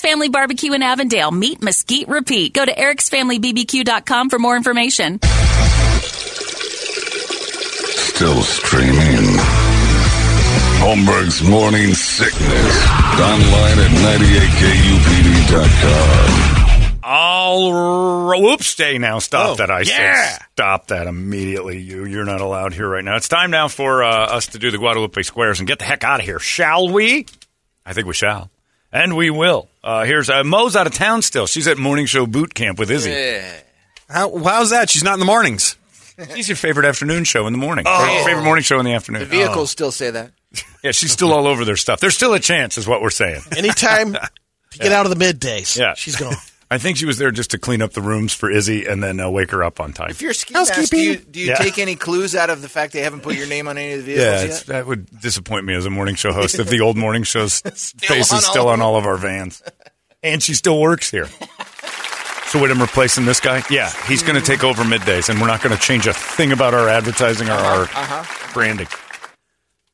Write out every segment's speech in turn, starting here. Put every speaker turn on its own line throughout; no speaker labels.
Family Barbecue in Avondale. Meet, mesquite, repeat. Go to ericsfamilybbq.com for more information.
Still streaming. Holmberg's Morning Sickness. Online at 98kupd.com.
All right. Whoops, stay now. Stop
Oh,
that. I
yeah.
said stop that immediately. You, you're not allowed here right now. It's time now for uh, us to do the Guadalupe Squares and get the heck out of here, shall we? I think we shall. And we will. Uh, here's uh, Mo's out of town still. She's at morning show boot camp with Izzy.
How, how's that? She's not in the mornings.
She's your favorite afternoon show in the morning. Your favorite morning show in the afternoon.
The vehicles still say that.
Oh. Yeah, she's still all over their stuff. There's still a chance, is what we're saying.
Anytime to get out of the middays,
Yeah.
she's gone.
I think she was there just to clean up the rooms for Izzy and then uh, wake her up on time.
If you're a ski mask, do you, do you
Yeah.
take any clues out of the fact they haven't put your name on any of the vehicles
Yeah,
yet?
it's, that would disappoint me as a morning show host if the old morning show's face
on
is still
all-
on all of our vans. And she still works here. So wait, I'm replacing this guy? Yeah, he's
Mm.
going to take over middays, and we're not going to change a thing about our advertising or our
Uh-huh,
branding.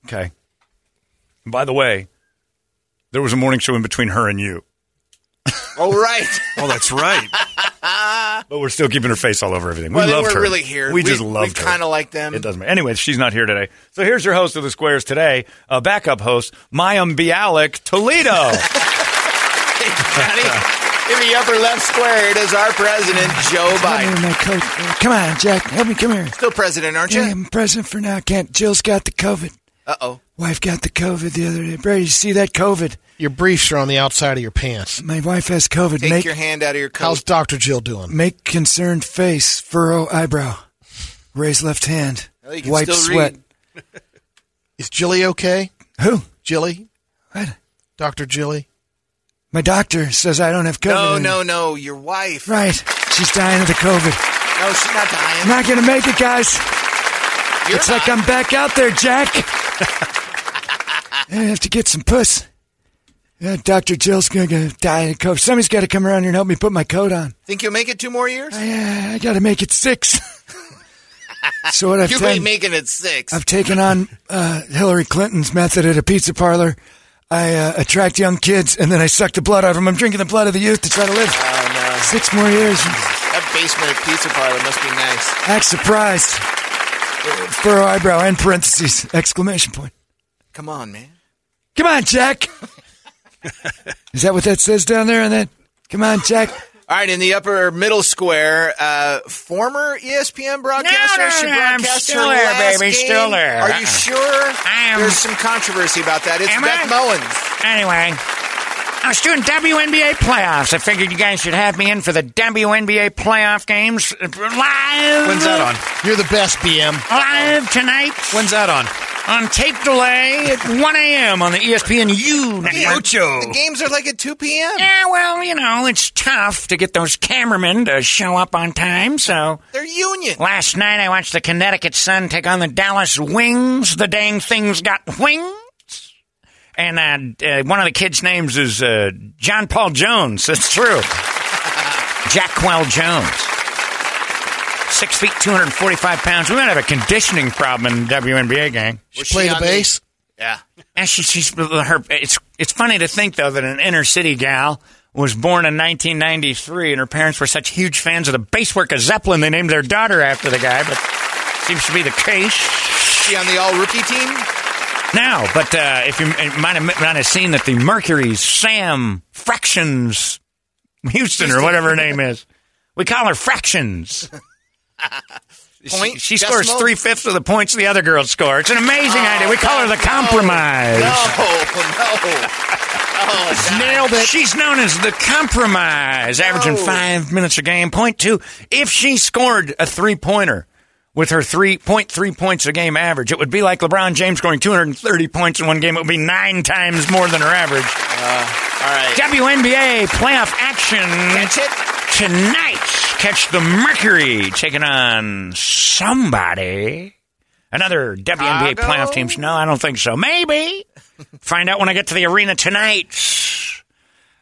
Okay. By the way, there was a morning show in between her and you,
Oh, right.
Oh, that's right.
but we're still keeping her face all over everything. We
Well, they
loved
weren't
her.
really here.
We,
We-
just loved
we
her.
kinda liked them.
It doesn't matter. Anyway, she's not here today. So here's your host of the Squares today, a backup host, Mayim Bialik Toledo.
Johnny, in the upper left square, it is our president, Joe Biden.
Come on, Jack. Help me. Come here.
Still president, aren't
Yeah,
you?
I'm president for now. Can't. Jill's got the COVID.
Uh oh.
Wife got the COVID the other day. Brady, you see that COVID?
Your briefs are on the outside of your pants.
My wife has COVID.
Take
make
your hand out of your
How's
coat.
Dr. Jill doing?
make concerned face, furrow eyebrow, raise left hand,
Well, you can
wipe
still
sweat.
read.
Is Jilly okay?
Who?
Jilly?
What?
Dr. Jilly?
My doctor says I don't have COVID.
No,
anymore.
no, no. Your wife.
Right. She's dying of the COVID.
No, she's not dying.
I'm not gonna make it, guys.
You're
it's
not.
like I'm back out there, Jack. I have to get some puss. Yeah, Dr. Jill's gonna go die of COVID. Somebody's gotta come around here and help me put my coat on.
Think you'll make it two more years?
Yeah, I got to make it six. so what I've
You
done,
ain't making it six.
I've taken on uh, Hillary Clinton's method at a pizza parlor. I uh, attract young kids, and then I suck the blood out of them. I'm drinking the blood of the youth to try to live six more years.
That basement at pizza parlor must be nice.
Act surprised. Uh, Furrow eyebrow and parentheses exclamation point.
Come on, man.
Come on, Jack. Is that what that says down there on that? Come on, Jack.
All right, in the upper middle square, uh, former ESPN broadcaster.
No, no,
she
no, I'm
broadcast
still
her
there,
last
baby,
game.
still there.
Are you
Uh-uh.
sure?
am-
There's some controversy about that. It's
Am I?
Beth Mowens.
Anyway, I was doing WNBA playoffs. I figured you guys should have me in for the WNBA playoff games live.
When's that on?
You're the best, BM.
Live tonight.
When's that on?
on tape delay at 1 a.m. on the E ESPN U
Ocho.
network.
The games are like at 2 p.m.
Yeah, well, you know, it's tough to get those cameramen to show up on time, so.
They're union.
Last night I watched the Connecticut Sun take on the Dallas Wings. The dang things got wings. And uh, uh, one of the kids' names is uh, John Paul Jones. That's true. Jackwell Jones. Six feet, 245 pounds. We might have a conditioning problem in the WNBA gang.
She played the
on the-
bass.
Yeah.
And she, she's her. It's it's funny to think though that an inner city gal was born in 1993, and her parents were such huge fans of the basework of Zeppelin, they named their daughter after the guy. But seems to be the case
She on the all rookie team?
now. But uh, if you you might have might have seen that the Mercury's Sam Fractions Houston or whatever her name is, we call her Fractions.
Point?
She, she scores
Decimal?
three fifths of the points the other girls score. It's an amazing idea. We call her the compromise.
Oh, No, no. Oh, God.
Nailed it. Oh. She's known as the compromise, averaging
No.
five minutes a game. Point two, if she scored a three pointer with her three point three points a game average, it would be like LeBron James scoring 230 points in one game. It would be nine times more than her average.
All right.
WNBA playoff action
Catch it.
tonight. Catch the Mercury taking on somebody. Another WNBA
Chicago?
playoff teams. No, I don't think so. Maybe. Find out when I get to the arena tonight.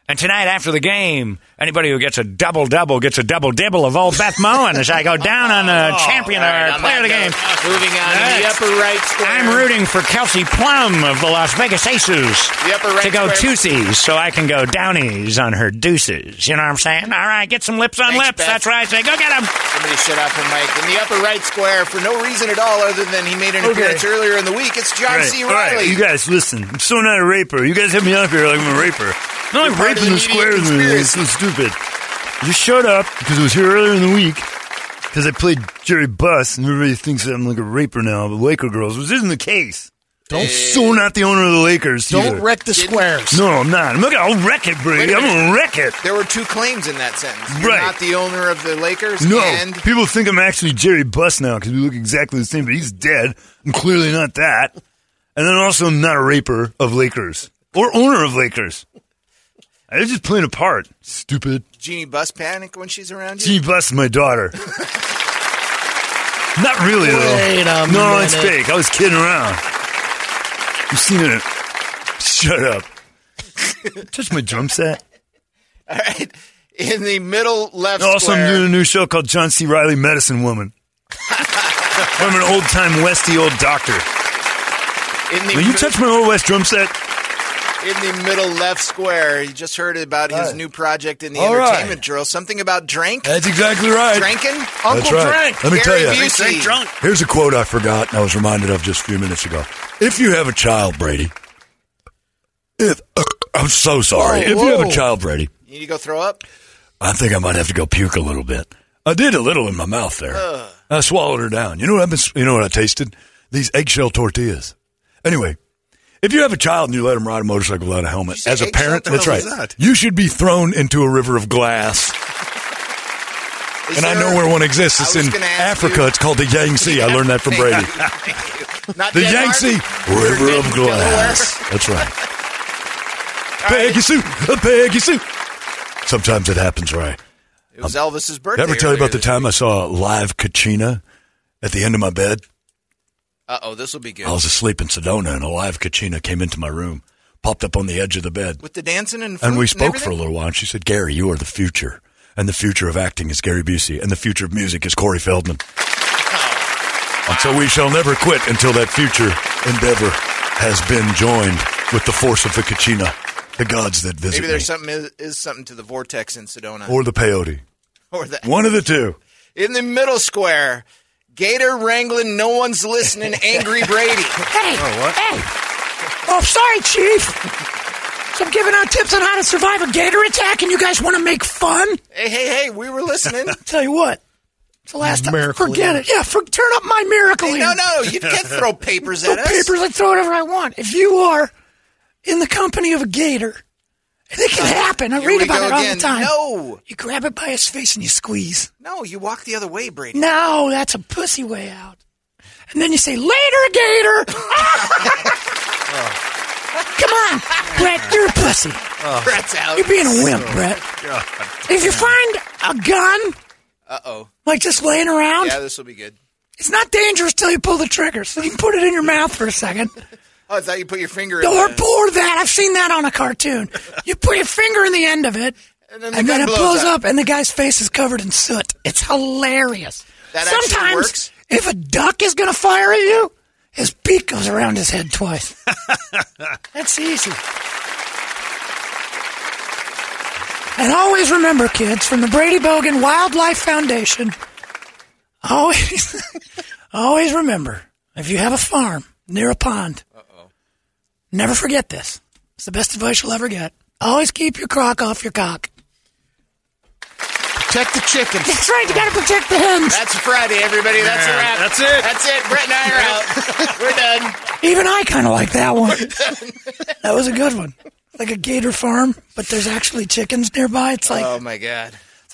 And tonight after the game, anybody who gets a double double gets a double dibble of old Beth Moen as I go down on
Oh,
the champion
All right,
or
on
player of the
that
game.
note, Moving on to the
Next.
upper right square.
I'm rooting for Kelsey Plum of the Las Vegas Aces
The upper right
to go
square.
twosies so I can go downies on her deuces. You know what I'm saying? All right, get some lips on
Thanks,
lips.
Beth.
That's what I say. Go get them.
Somebody shut up for Mike. In the upper right square, for no reason at all other than he made an
Okay.
appearance earlier in the week, it's John C.
all right,
Riley.
you guys, listen. I'm so not a raper. You guys have me up here like I'm a raper. Not like
part of
raping
the
the
media
squares and everything. It's so stupid. I just showed up because it was here earlier in the week because I played Jerry Buss and everybody thinks that I'm like a raper now, but Laker girls, which isn't the case. I'm
Don't
so not the owner of the Lakers.
don't
either.
wreck the squares.
No, I'm not. I'm not gonna, I'll wreck it,
Wait
Brady.
a
I'm
minute.
gonna wreck it.
there were two claims in that sentence. You're
Right.
not the owner of the Lakers.
No,
And
people think I'm actually Jerry Buss now because we look exactly the same, but he's dead. I'm clearly not that. And then also, I'm not a raper of Lakers or owner of Lakers. I was just playing a part. Stupid.
Jeannie Bus panic when she's around you.
G Buss, my daughter. not really, though.
Wait a
no, it's
minute.
fake. I was kidding around. You've seen it. Shut up. Touch my drum set.
All right. In the middle left
And also, I'm
square.
doing a new show called John C. Riley Medicine Woman. I'm an old time Westy old doctor.
in, the
Will you touch my old West drum set?
in the middle left square, you just heard about his new project in the
All right.
entertainment drill. Something about drank.
That's exactly right.
Drinking?
That's right. Let me
Gary
tell you.
Busey.
Here's a quote I forgot and I was reminded of just a few minutes ago. If you have a child, Brady, if I'm so sorry.
Whoa,
if you have
whoa.
a child, Brady,
You need to go throw up?
I think I might have to go puke a little bit. I did a little in my mouth there. I swallowed her down. You know what I've been, you know what I tasted? These eggshell tortillas. Anyway, if you have a child and you let him ride a motorcycle without
you
a helmet,
say
as a
eggshell?
parent,
What the
that's
hell
right.
is that?
You should be thrown into a river of glass.
Is
and I
there-
know where one exists.
I
It's
was
in
gonna ask
Africa.
you-
It's called the Yangtze. I learned that from Brady.
Not
The
Denmark?
Yangtze River of
Delaware.
Glass. That's right. Peggy Sue, uh, Peggy Sue. Sometimes it happens right.
It was Elvis's birthday.
Did I ever tell you about the time I saw live Kachina at the end of my bed?
Uh oh, this will be good.
I was asleep in Sedona, and a live Kachina came into my room, popped up on the edge of the bed,
With the dancing and
and we
flute
spoke for a
everything?
little while. And she said, "Gary, you are the future, and the future of acting is Gary Busey, and the future of music is Corey Feldman." And so we shall never quit until that future endeavor has been joined with the force of the Kachina, the gods that visit
Maybe there's
me,
something is, is something to the vortex in Sedona, or,
or the peyote.
the
One of the two.
in the middle square. Gator wrangling, no one's listening. Angry Brady.
Hey, hey. Oh, sorry, Chief. So I'm giving out tips on how to survive a gator attack, and you guys want to make fun?
hey, hey, hey, we were listening.
Tell you what. It's the last time.
Miracle
Forget it. Yeah, for, turn up my miracle.
Hey,
ear.
no, no, you can't throw papers at
Throw
us.
papers. I throw whatever I want. If you are in the company of a gator, and it can happen. I
Uh, Here
read
we
about
go
it all
again.
the time.
No,
You grab it by its face and you squeeze.
no, you walk the other way, Brady.
No, that's a pussy way out.
and then you say, "Later, Gator." Come on, Brett, you're a pussy.
Oh. Brett's out.
You're being a
Oh,
wimp, Brett. If you find a gun,
Uh oh.
like just laying around,
Yeah, this will be good.
it's not dangerous till you pull the trigger. So you can put it in your mouth for a second.
Oh, I thought you put your finger in
Or,
the-
or that. I've seen that on a cartoon. You put your finger in the end of it, and
then
then,
the gun
it
blows
blows
up.
up. and the guy's face is covered in soot. It's hilarious.
That actually
Sometimes,
works?
if a duck is going to fire at you, his beak goes around his head twice. That's easy. And always remember, kids, from the Brady Bogan Wildlife Foundation, always, always remember if you have a farm near a pond, never forget this. It's the best advice you'll ever get. Always keep your crock off your cock.
Protect the chickens.
That's right. You got to protect the hens.
That's Friday, everybody. That's a
Man,
wrap.
that's it.
That's it. Brett and I are out. We're done.
Even I kind of like that one. that was a good one. Like a gator farm, but there's actually chickens nearby. It's like
oh my god.
it's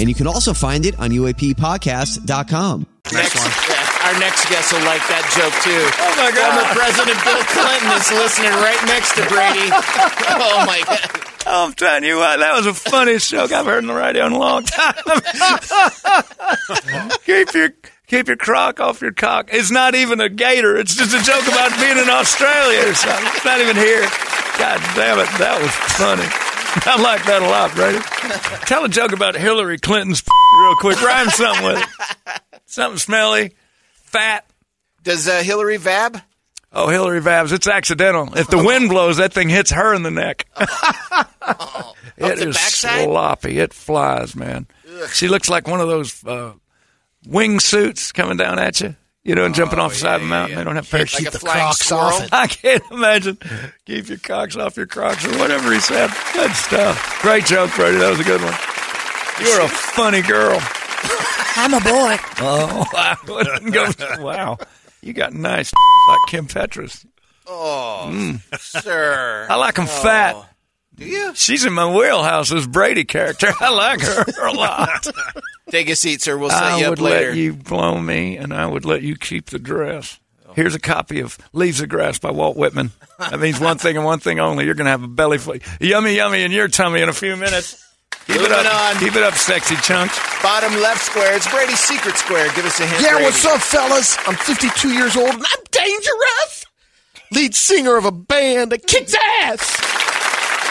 And you can also find it on UAPpodcast.com.
Next one. Our next guest will like that joke too. Oh my god. Former President Bill Clinton is listening right next to Brady. Oh my god.
I'm telling you what, that was the funniest joke I've heard on the radio in a long time. keep your keep your crock off your cock. It's not even a gator. It's just a joke about being in Australia or something. It's not even here. God damn it, that was funny. I like that a lot, Brady. Tell a joke about Hillary Clinton's real quick. Rhyme something with it. Something smelly, fat.
Does uh, Hillary vab?
Oh, Hillary vabs. It's accidental. If the wind blows, that thing hits her in the neck. It is sloppy. It flies, man. She looks like one of those uh, wing suits coming down at you. You know, and jumping off the side of a mountain. They don't have
Can't
parachutes.
keep Like a the flying crocs squirrel? off it.
I can't imagine. Keep your cocks off your crocs or whatever he said. Good stuff. Great joke, Brady. That was a Oh, good one. You're a funny girl.
I'm a boy.
Oh, I wouldn't go. Wow, you got nice like Kim Petras.
Oh,
Mm.
sir.
I like them
Oh.
fat.
Do you?
She's in my wheelhouse as Brady character. I like her a lot.
Take a seat, sir. We'll set
I
you up
would
later.
let you blow me, and I would let you keep the dress. Here's a copy of Leaves of Grass by Walt Whitman. That means one thing and one thing only. You're going to have a belly full, yummy, yummy in your tummy in a few minutes. Keep it
Moving
up.
on.
Keep it up, sexy chunks.
Bottom left square. It's Brady's secret square. Give us a hint.
Yeah,
Brady.
what's up, fellas? I'm 52 years old and I'm dangerous. Lead singer of a band that kicks ass.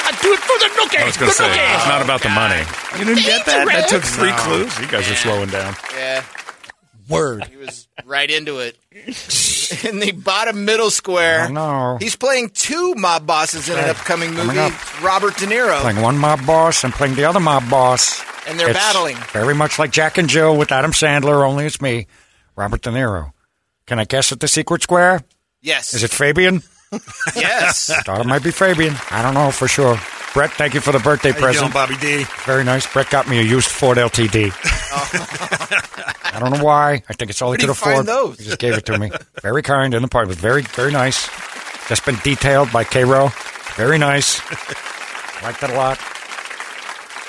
I do it for the nookie.
I was going to
the
say,
nookie.
it's not about the money.
You didn't get
that? That took three
clues. You guys are slowing down.
Yeah,
Word.
he was right into it. in the bottom middle square,
no.
he's playing two mob bosses in an
Right.
upcoming
Coming
movie.
up.
It's Robert De Niro.
Playing one mob boss and playing the other mob boss.
And they're
It's
battling.
Very much like Jack and Jill with Adam Sandler, only it's me, Robert De Niro. Can I guess at the secret square?
Yes.
Is it Fabian?
Yes.
Thought it might be Fabian. I don't know for sure. Brett, thank you for the birthday
How you doing,
present.
Bobby D?
Very nice. Brett got me a used Ford LTD. I don't know why. I think it's all
Where
he
do
could
you
afford.
find those?
He just gave it to me. Very kind in the part. It was very, very nice. Just been detailed by Cairo. Very nice. Like that a lot.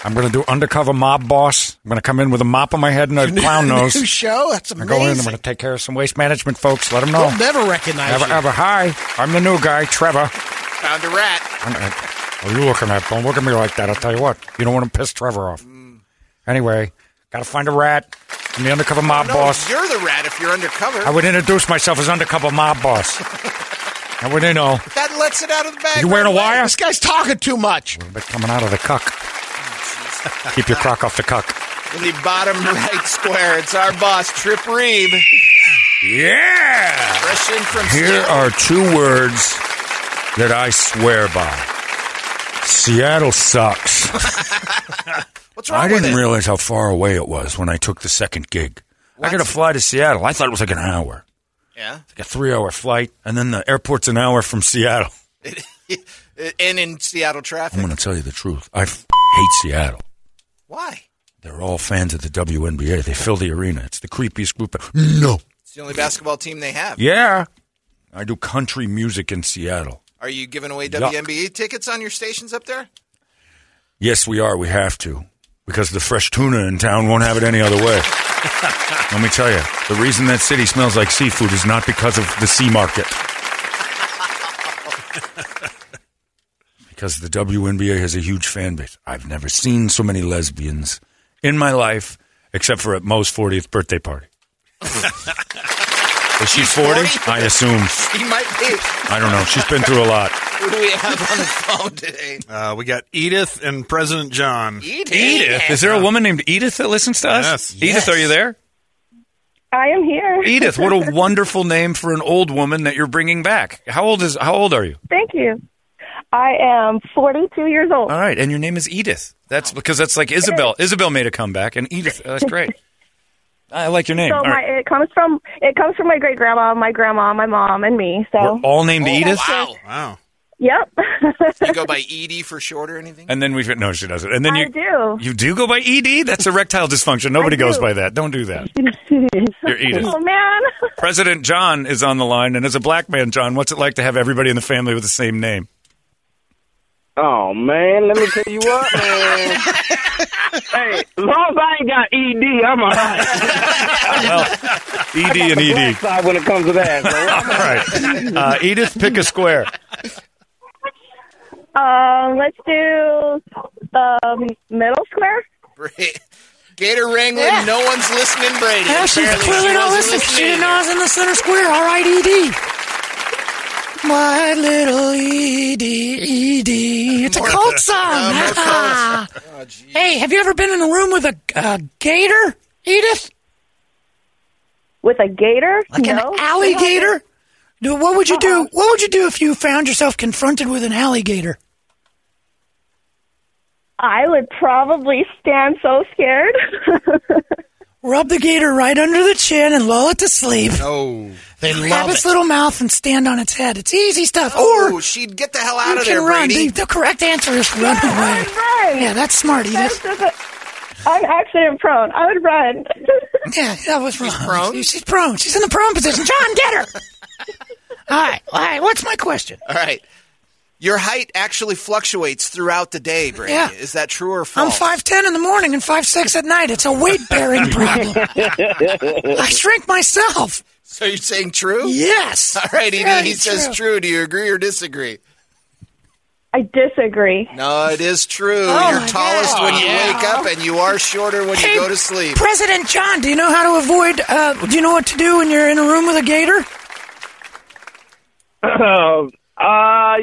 I'm going to do undercover mob boss. I'm going to come in with a mop on my head and a clown nose.
New show. That's
I
amazing.
go in. I'm going to take care of some waste management folks. Let them know.
They'll never recognize
Ever,
you.
ever. Hi, I'm the new guy, Trevor.
Found a rat.
I'm, I, what are Oh, you looking at? Don't look at me like that. I'll tell you what. You don't want to piss Trevor off. Anyway, got to find a rat. I'm the undercover mob
No,
boss.
You're the rat if you're undercover.
I would introduce myself as undercover mob boss. I wouldn't know.
That lets it out of the bag.
You wearing a
right away.
wire?
This guy's talking too much.
But coming out of the cuck. Keep your crock off the cuck.
In the bottom right square, it's our boss, Trip Reeb.
Yeah.
Fresh in from
Here
Seattle.
are two words that I swear by. Seattle sucks.
What's
I didn't realize how far away it was when I took the second gig. I got to fly to Seattle. I thought it was like an hour.
Yeah.
It's like a three hour flight, and then the airport's an hour from Seattle.
and in Seattle
I'm
traffic.
going to tell you the truth. I f- hate Seattle.
Why?
They're all fans of the WNBA. They fill the arena. It's the creepiest group. Of- no.
It's the only basketball team they have.
Yeah. I do country music in Seattle.
Are you giving away
Yuck.
WNBA E tickets on your stations up there?
Yes, we are. We have to. Because the fresh tuna in town won't have it any other way. Let me tell you, the reason that city smells like seafood is not because of the sea market. because the WNBA has a huge fan base. I've never seen so many lesbians in my life, except for at Mo's 40th birthday party. Is she 40? I assume.
He might be.
I don't know. She's been through a lot.
Who do we have on the phone today?
Uh, we got Edith and President John.
Edith?
Is there a woman named Edith that listens to us?
Yes.
Edith, are you there?
I am here.
Edith, what a wonderful name for an old woman that you're bringing back. How old is how old are you?
Thank you. I am 42 years old.
All right, and your name is Edith. That's because that's like Isabel. Isabel made a comeback, and Edith. oh, that's great. I like your name.
So
all
my
right.
it comes from it comes from my great grandma, my grandma, my Oh, mom, and me. So
We're all named Edith.
Wow.
Wow.
yep,
You go by Edie for short or anything?
And then we've no, she doesn't. And then
I
you
do.
you do go by Ed. That's erectile dysfunction. Nobody goes by that. Don't do that. You're Edith.
oh man,
President John is on the line, and as a black man, John, what's it like to have everybody in the family with the same name?
Oh man, let me tell you what, man. hey, as long as I ain't got ED, I'm alright.
Ed E and
the
Ed.
black side when it comes to that. So
All right, uh, Edith, pick a square.
um, let's do um middle square.
Gator wrangling.
Yeah.
No one's listening, Brady.
Yeah, she's
Apparently
clearly
she
not
wasn't
listening. She didn't know
either.
I was in the center square. All right, ED. My little ED,
E
Um,
ED. It's a cult song.
Ah,
Uh,
hey, have you ever been in a room with a, a gator, Edith?
With a gator?
Like
No. Uh-huh.
an alligator? Do, what would you do? What would you do if you found yourself confronted with an alligator?
I would probably stand so scared.
Rub the gator right under the chin and lull it to sleep.
No.
They Grab its little mouth and stand on its head. It's easy stuff.
Oh,
or
she'd get the hell out
you
of
can
there,
run.
Brady.
The, the correct answer is run away. Yeah, that's smart, Edith.
I'm accident prone. I would run.
Yeah, that was wrong. She's prone. She's prone. She's in the prone position. John, get her. all right, all right. What's my question?
All right. Your height actually fluctuates throughout the day, Brady.
Yeah.
Is that true or
I'm
false?
five ten in the morning and five six at night. It's a weight bearing problem. I shrink myself.
So you're saying true?
Yes.
All right, Edie.
Very
he says
true.
true. Do you agree or disagree?
I disagree.
No, it is true.
Oh, my
you're tallest
God.
when you
Yeah.
wake up, and you are shorter when
Hey,
you go to sleep.
President John, do you know how to avoid? Uh, do you know what to do when you're in a room with a gator?
uh,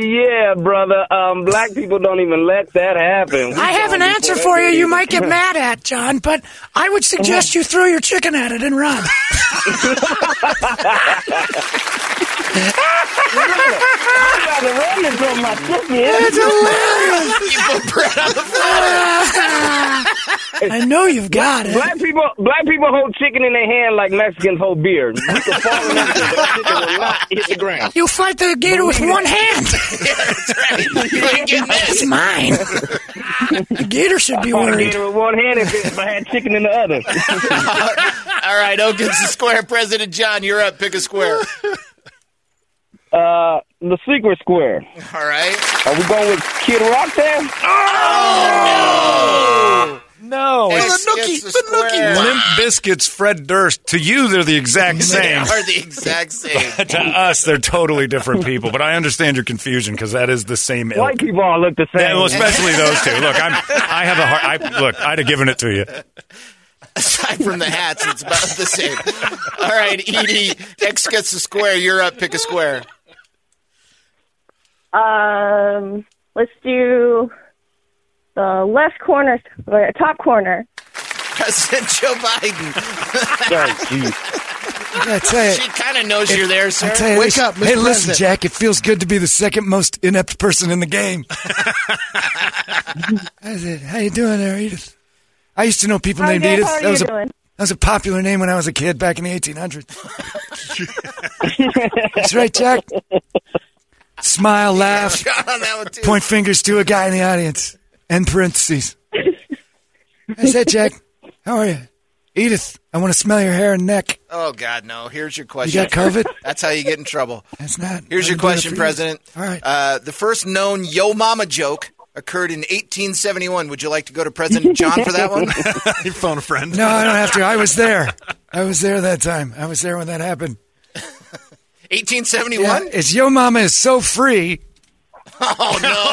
yeah, brother. Um, black people don't even let that happen. We
I have an
gone
answer
before
for
that
you.
day
You
even
might get
came.
mad at John, but I would suggest you throw your chicken at it and run.
I'm about to run and throw my chicken.
That's hilarious.
you put bread on the
I know you've got it.
Black people, black people hold chicken in their hand like Mexicans hold beer. You can fall in it, but that chicken will not hit the ground.
You fight the gator with one hand.
You ain't getting
It's
this.
mine. The gator should be
I'd
worried.
it with one hand if, it, if I had chicken in the other.
All right, Oakens the square. President John, you're up. Pick a square.
Uh, the secret square.
All right.
Are we going with Kid Rock there?
Oh,
No,
Hey,
it's-
it's the square.
Limp Biscuits, Fred Durst. To you, they're the exact
They
same.
are the exact same.
to us, they're totally different people. But I understand your confusion because that is the same. ilk.
White people all look the same.
Yeah, well, especially those two. Look, I'm, I have a hard. I, look, I'd have given it to you.
Aside from the hats, it's about the same. All right, Edie. X gets the square. You're up. Pick a square.
Um, let's do the left corner, or top corner.
President Joe Biden.
I tell you,
she kind of knows you're there,
I
sir.
tell you,
Wake
listen-
up, Mr.
Hey, listen,
President.
Jack. It feels good to be the second most inept person in the game. I said, "How you doing, there, Edith?" I used to know people
Hi,
named
Jack,
Edith.
how are
that was
you
a
doing?
That was a popular name when I was a kid back in the 1800s. That's right, Jack. Smile, laugh,
Oh,
point fingers to a guy in the audience, end parentheses. That's it, Jack. How are you? Edith, I want to smell your hair and neck.
Oh God, no! Here's your question.
got COVID?
That's how you get in trouble.
That's not.
Here's your
I'm doing it
question,
for you.
President.
All right.
Uh, the first known "Yo Mama" joke occurred in 1871. Would you like to go to President John for that one?
you phone a friend.
No, I don't have to. I was there. I was there that time. I was there when that happened.
1871.
Yeah, it's Yo Mama is so free.
Oh no!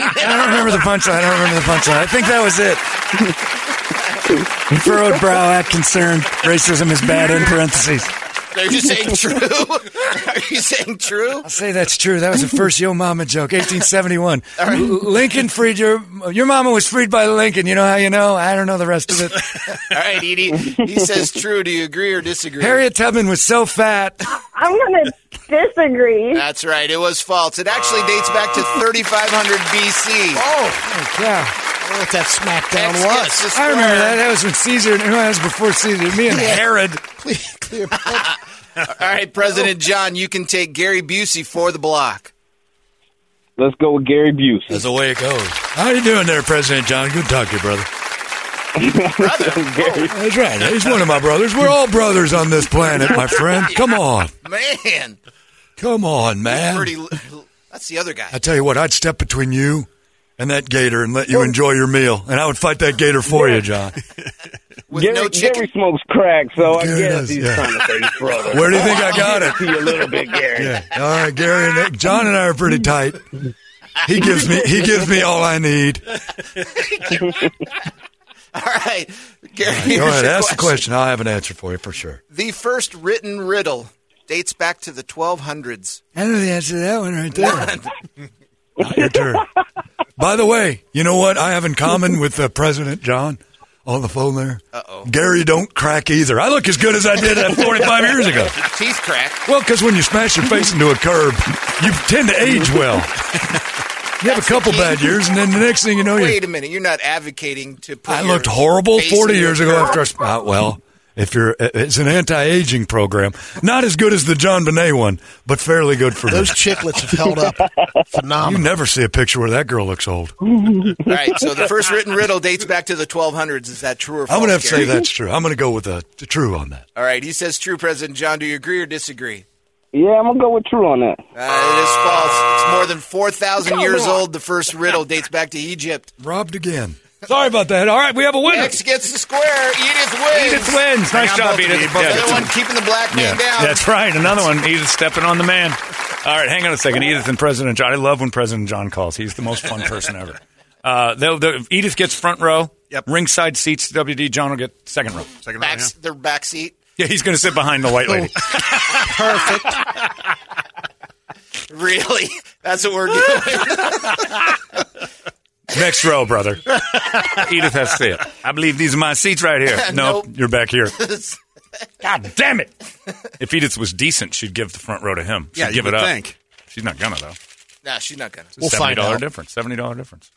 I don't remember the punchline. I don't remember the punchline. I think that was it. Furrowed brow at concern. Racism is bad in parentheses.
Are you saying true? Are you saying true?
I'll say that's true. That was the first Yo Mama joke, 1871. L- Lincoln freed your your mama was freed by Lincoln. You know how you know? I don't know the rest of it.
All right, Edie. He says true. Do you agree or disagree?
Harriet Tubman was so fat.
I'm gonna disagree.
That's right. It was false. It actually dates back to
Ah.
3500 BC.
Oh, yeah.
What that smackdown
I remember that. That was when Caesar and who was before Caesar. Me and Herod.
All right, President John, you can take Gary Busey for the block.
Let's go with Gary Busey.
That's the way it goes. How you doing there, President John? Good to talk to you, brother. That's right. He's one of my brothers. We're all brothers on this planet, my friend. Come on.
Man,
Come on, man.
pretty. li- That's the other guy.
I tell you what, I'd step between you and that gator and let you enjoy your meal. And I would fight that gator for you, John.
Gary, Gary smokes crack, so I
Gary
guess
does,
he's
yeah.
trying to say he's brother.
Where do you think I got
Give
it?
To you a little bit, Gary.
Yeah. All right, Gary and that- John and I are pretty tight. He gives me he gives me all I need. Go
All right, Gary. here's
ahead,
your
ask the question. I'll have an answer for you for sure.
The first written riddle dates back to the 1200s.
I know the answer to that one right there.
Your turn. By the way, you know what I have in common with uh, President John on the phone there? Uh-oh. Gary don't crack either. I look as good as I did uh, 45 years ago.
Teeth crack.
Well, because when you smash your face into a curb, you tend to age well. You have a couple bad years, and then the next thing you know, you
Wait a minute, you're not advocating to put
I
your
looked horrible
face
40
in your
years ago
curl.
after I sp- uh, well, if you're uh, it's an anti-aging program. Not as good as the John Bonet one, but fairly good for
Those
me.
chiclets have held up
You
phenomenal.
never see a picture where that girl looks old.
All right, so the first written riddle dates back to the 1200s. Is that true or false?
I'm going to have to say
Gary?
that's true. I'm going to go with a t- true on that.
All right, he says true, President John. Do you agree or disagree?
Yeah, I'm gonna go with true on that.
Uh, it is false. It's more than 4,000 years old. The first riddle dates back to Egypt.
Robbed again. Sorry about that. All right, we have a winner.
Next gets the square. Edith wins.
Edith wins. Nice
Hang on,
job,
both of
Edith.
you. Both of you.
Yeah.
The one keeping the black man down.
That's right. Another one. Edith stepping on the man. All right, hang on a second. Edith and President John. I love when President John calls. He's the most fun person ever. Uh, they'll, they'll- Edith gets front row. Yep. Ringside seats. WD John will get second row.
Second round,
Back, Their back seat.
Yeah, he's going to sit behind the white lady.
Really? That's what we're doing.
Next row, brother. Edith has to say it. I believe these are my seats right here. No,
Nope.
you're back here.
That's-
God damn it! If Edith was decent, she'd give the front row to him. She'd
Yeah, you
give
would
it up.
think.
She's not gonna though.
nah, she's not gonna.
It's a
find
$70
out.
difference. Seventy dollar difference.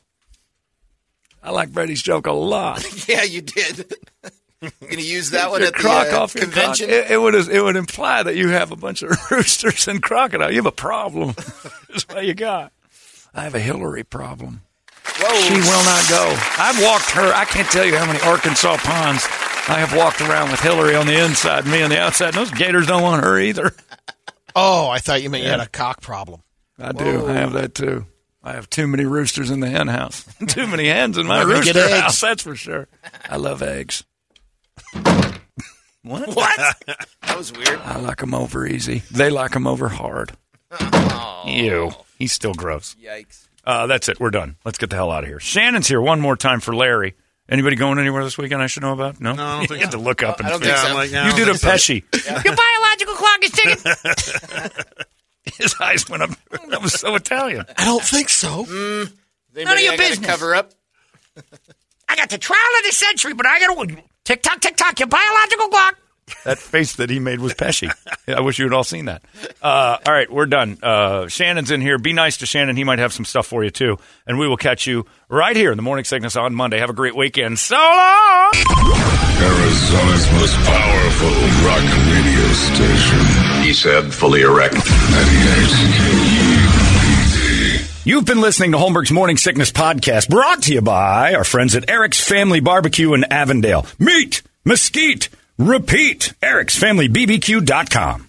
I like Brady's joke a lot.
Yeah, you did. gonna use that one
Your
at the
crock
uh,
off your
convention.
cock. It, it would it would imply that you have a bunch of roosters and crocodile. You have a problem. That's what you got. I have a Hillary problem.
Whoa.
She will not go. I've walked her. I can't tell you how many Arkansas ponds I have walked around with Hillary on the inside, me on the outside. And those gators don't want her either.
Oh, I thought you meant you had a cock problem.
I do. I have that too. I have too many roosters in the hen house. too many hens in my
Never get
rooster
eggs.
house. That's for sure. I love eggs. what?
What? that was weird.
I like 'em over easy. They like 'em over hard. Ew. He's still gross.
Yikes.
Uh, that's it. We're done. Let's get the hell out of here. Shannon's here one more time for Larry. Anybody going anywhere this weekend I should know about? No,
No, I don't think
you had to look up and
I don't
figure
think
out.
so.
like, no,
you
I
did a
don't
Pesci.
Your biological clock is ticking.
His eyes went up. That was so Italian.
I don't think so.
They
None of your
I gotta
business.
Cover up.
I got the trial of the century, but I got to tick tock, tick tock. Your biological clock.
That face that he made was Pesci. I wish you had all seen that. Uh, all right, we're done. Uh, Shannon's in here. Be nice to Shannon. He might have some stuff for you too. And we will catch you right here in the morning sickness on Monday. Have a great weekend. So long.
Arizona. Arizona's most powerful rock radio station. He said, fully erect. 98 KUPD.
You've been listening to Holmberg's Morning Sickness Podcast, brought to you by our friends at Eric's Family Barbecue in Avondale. Meet, mesquite, repeat. Eric'sFamilyBBQ.com.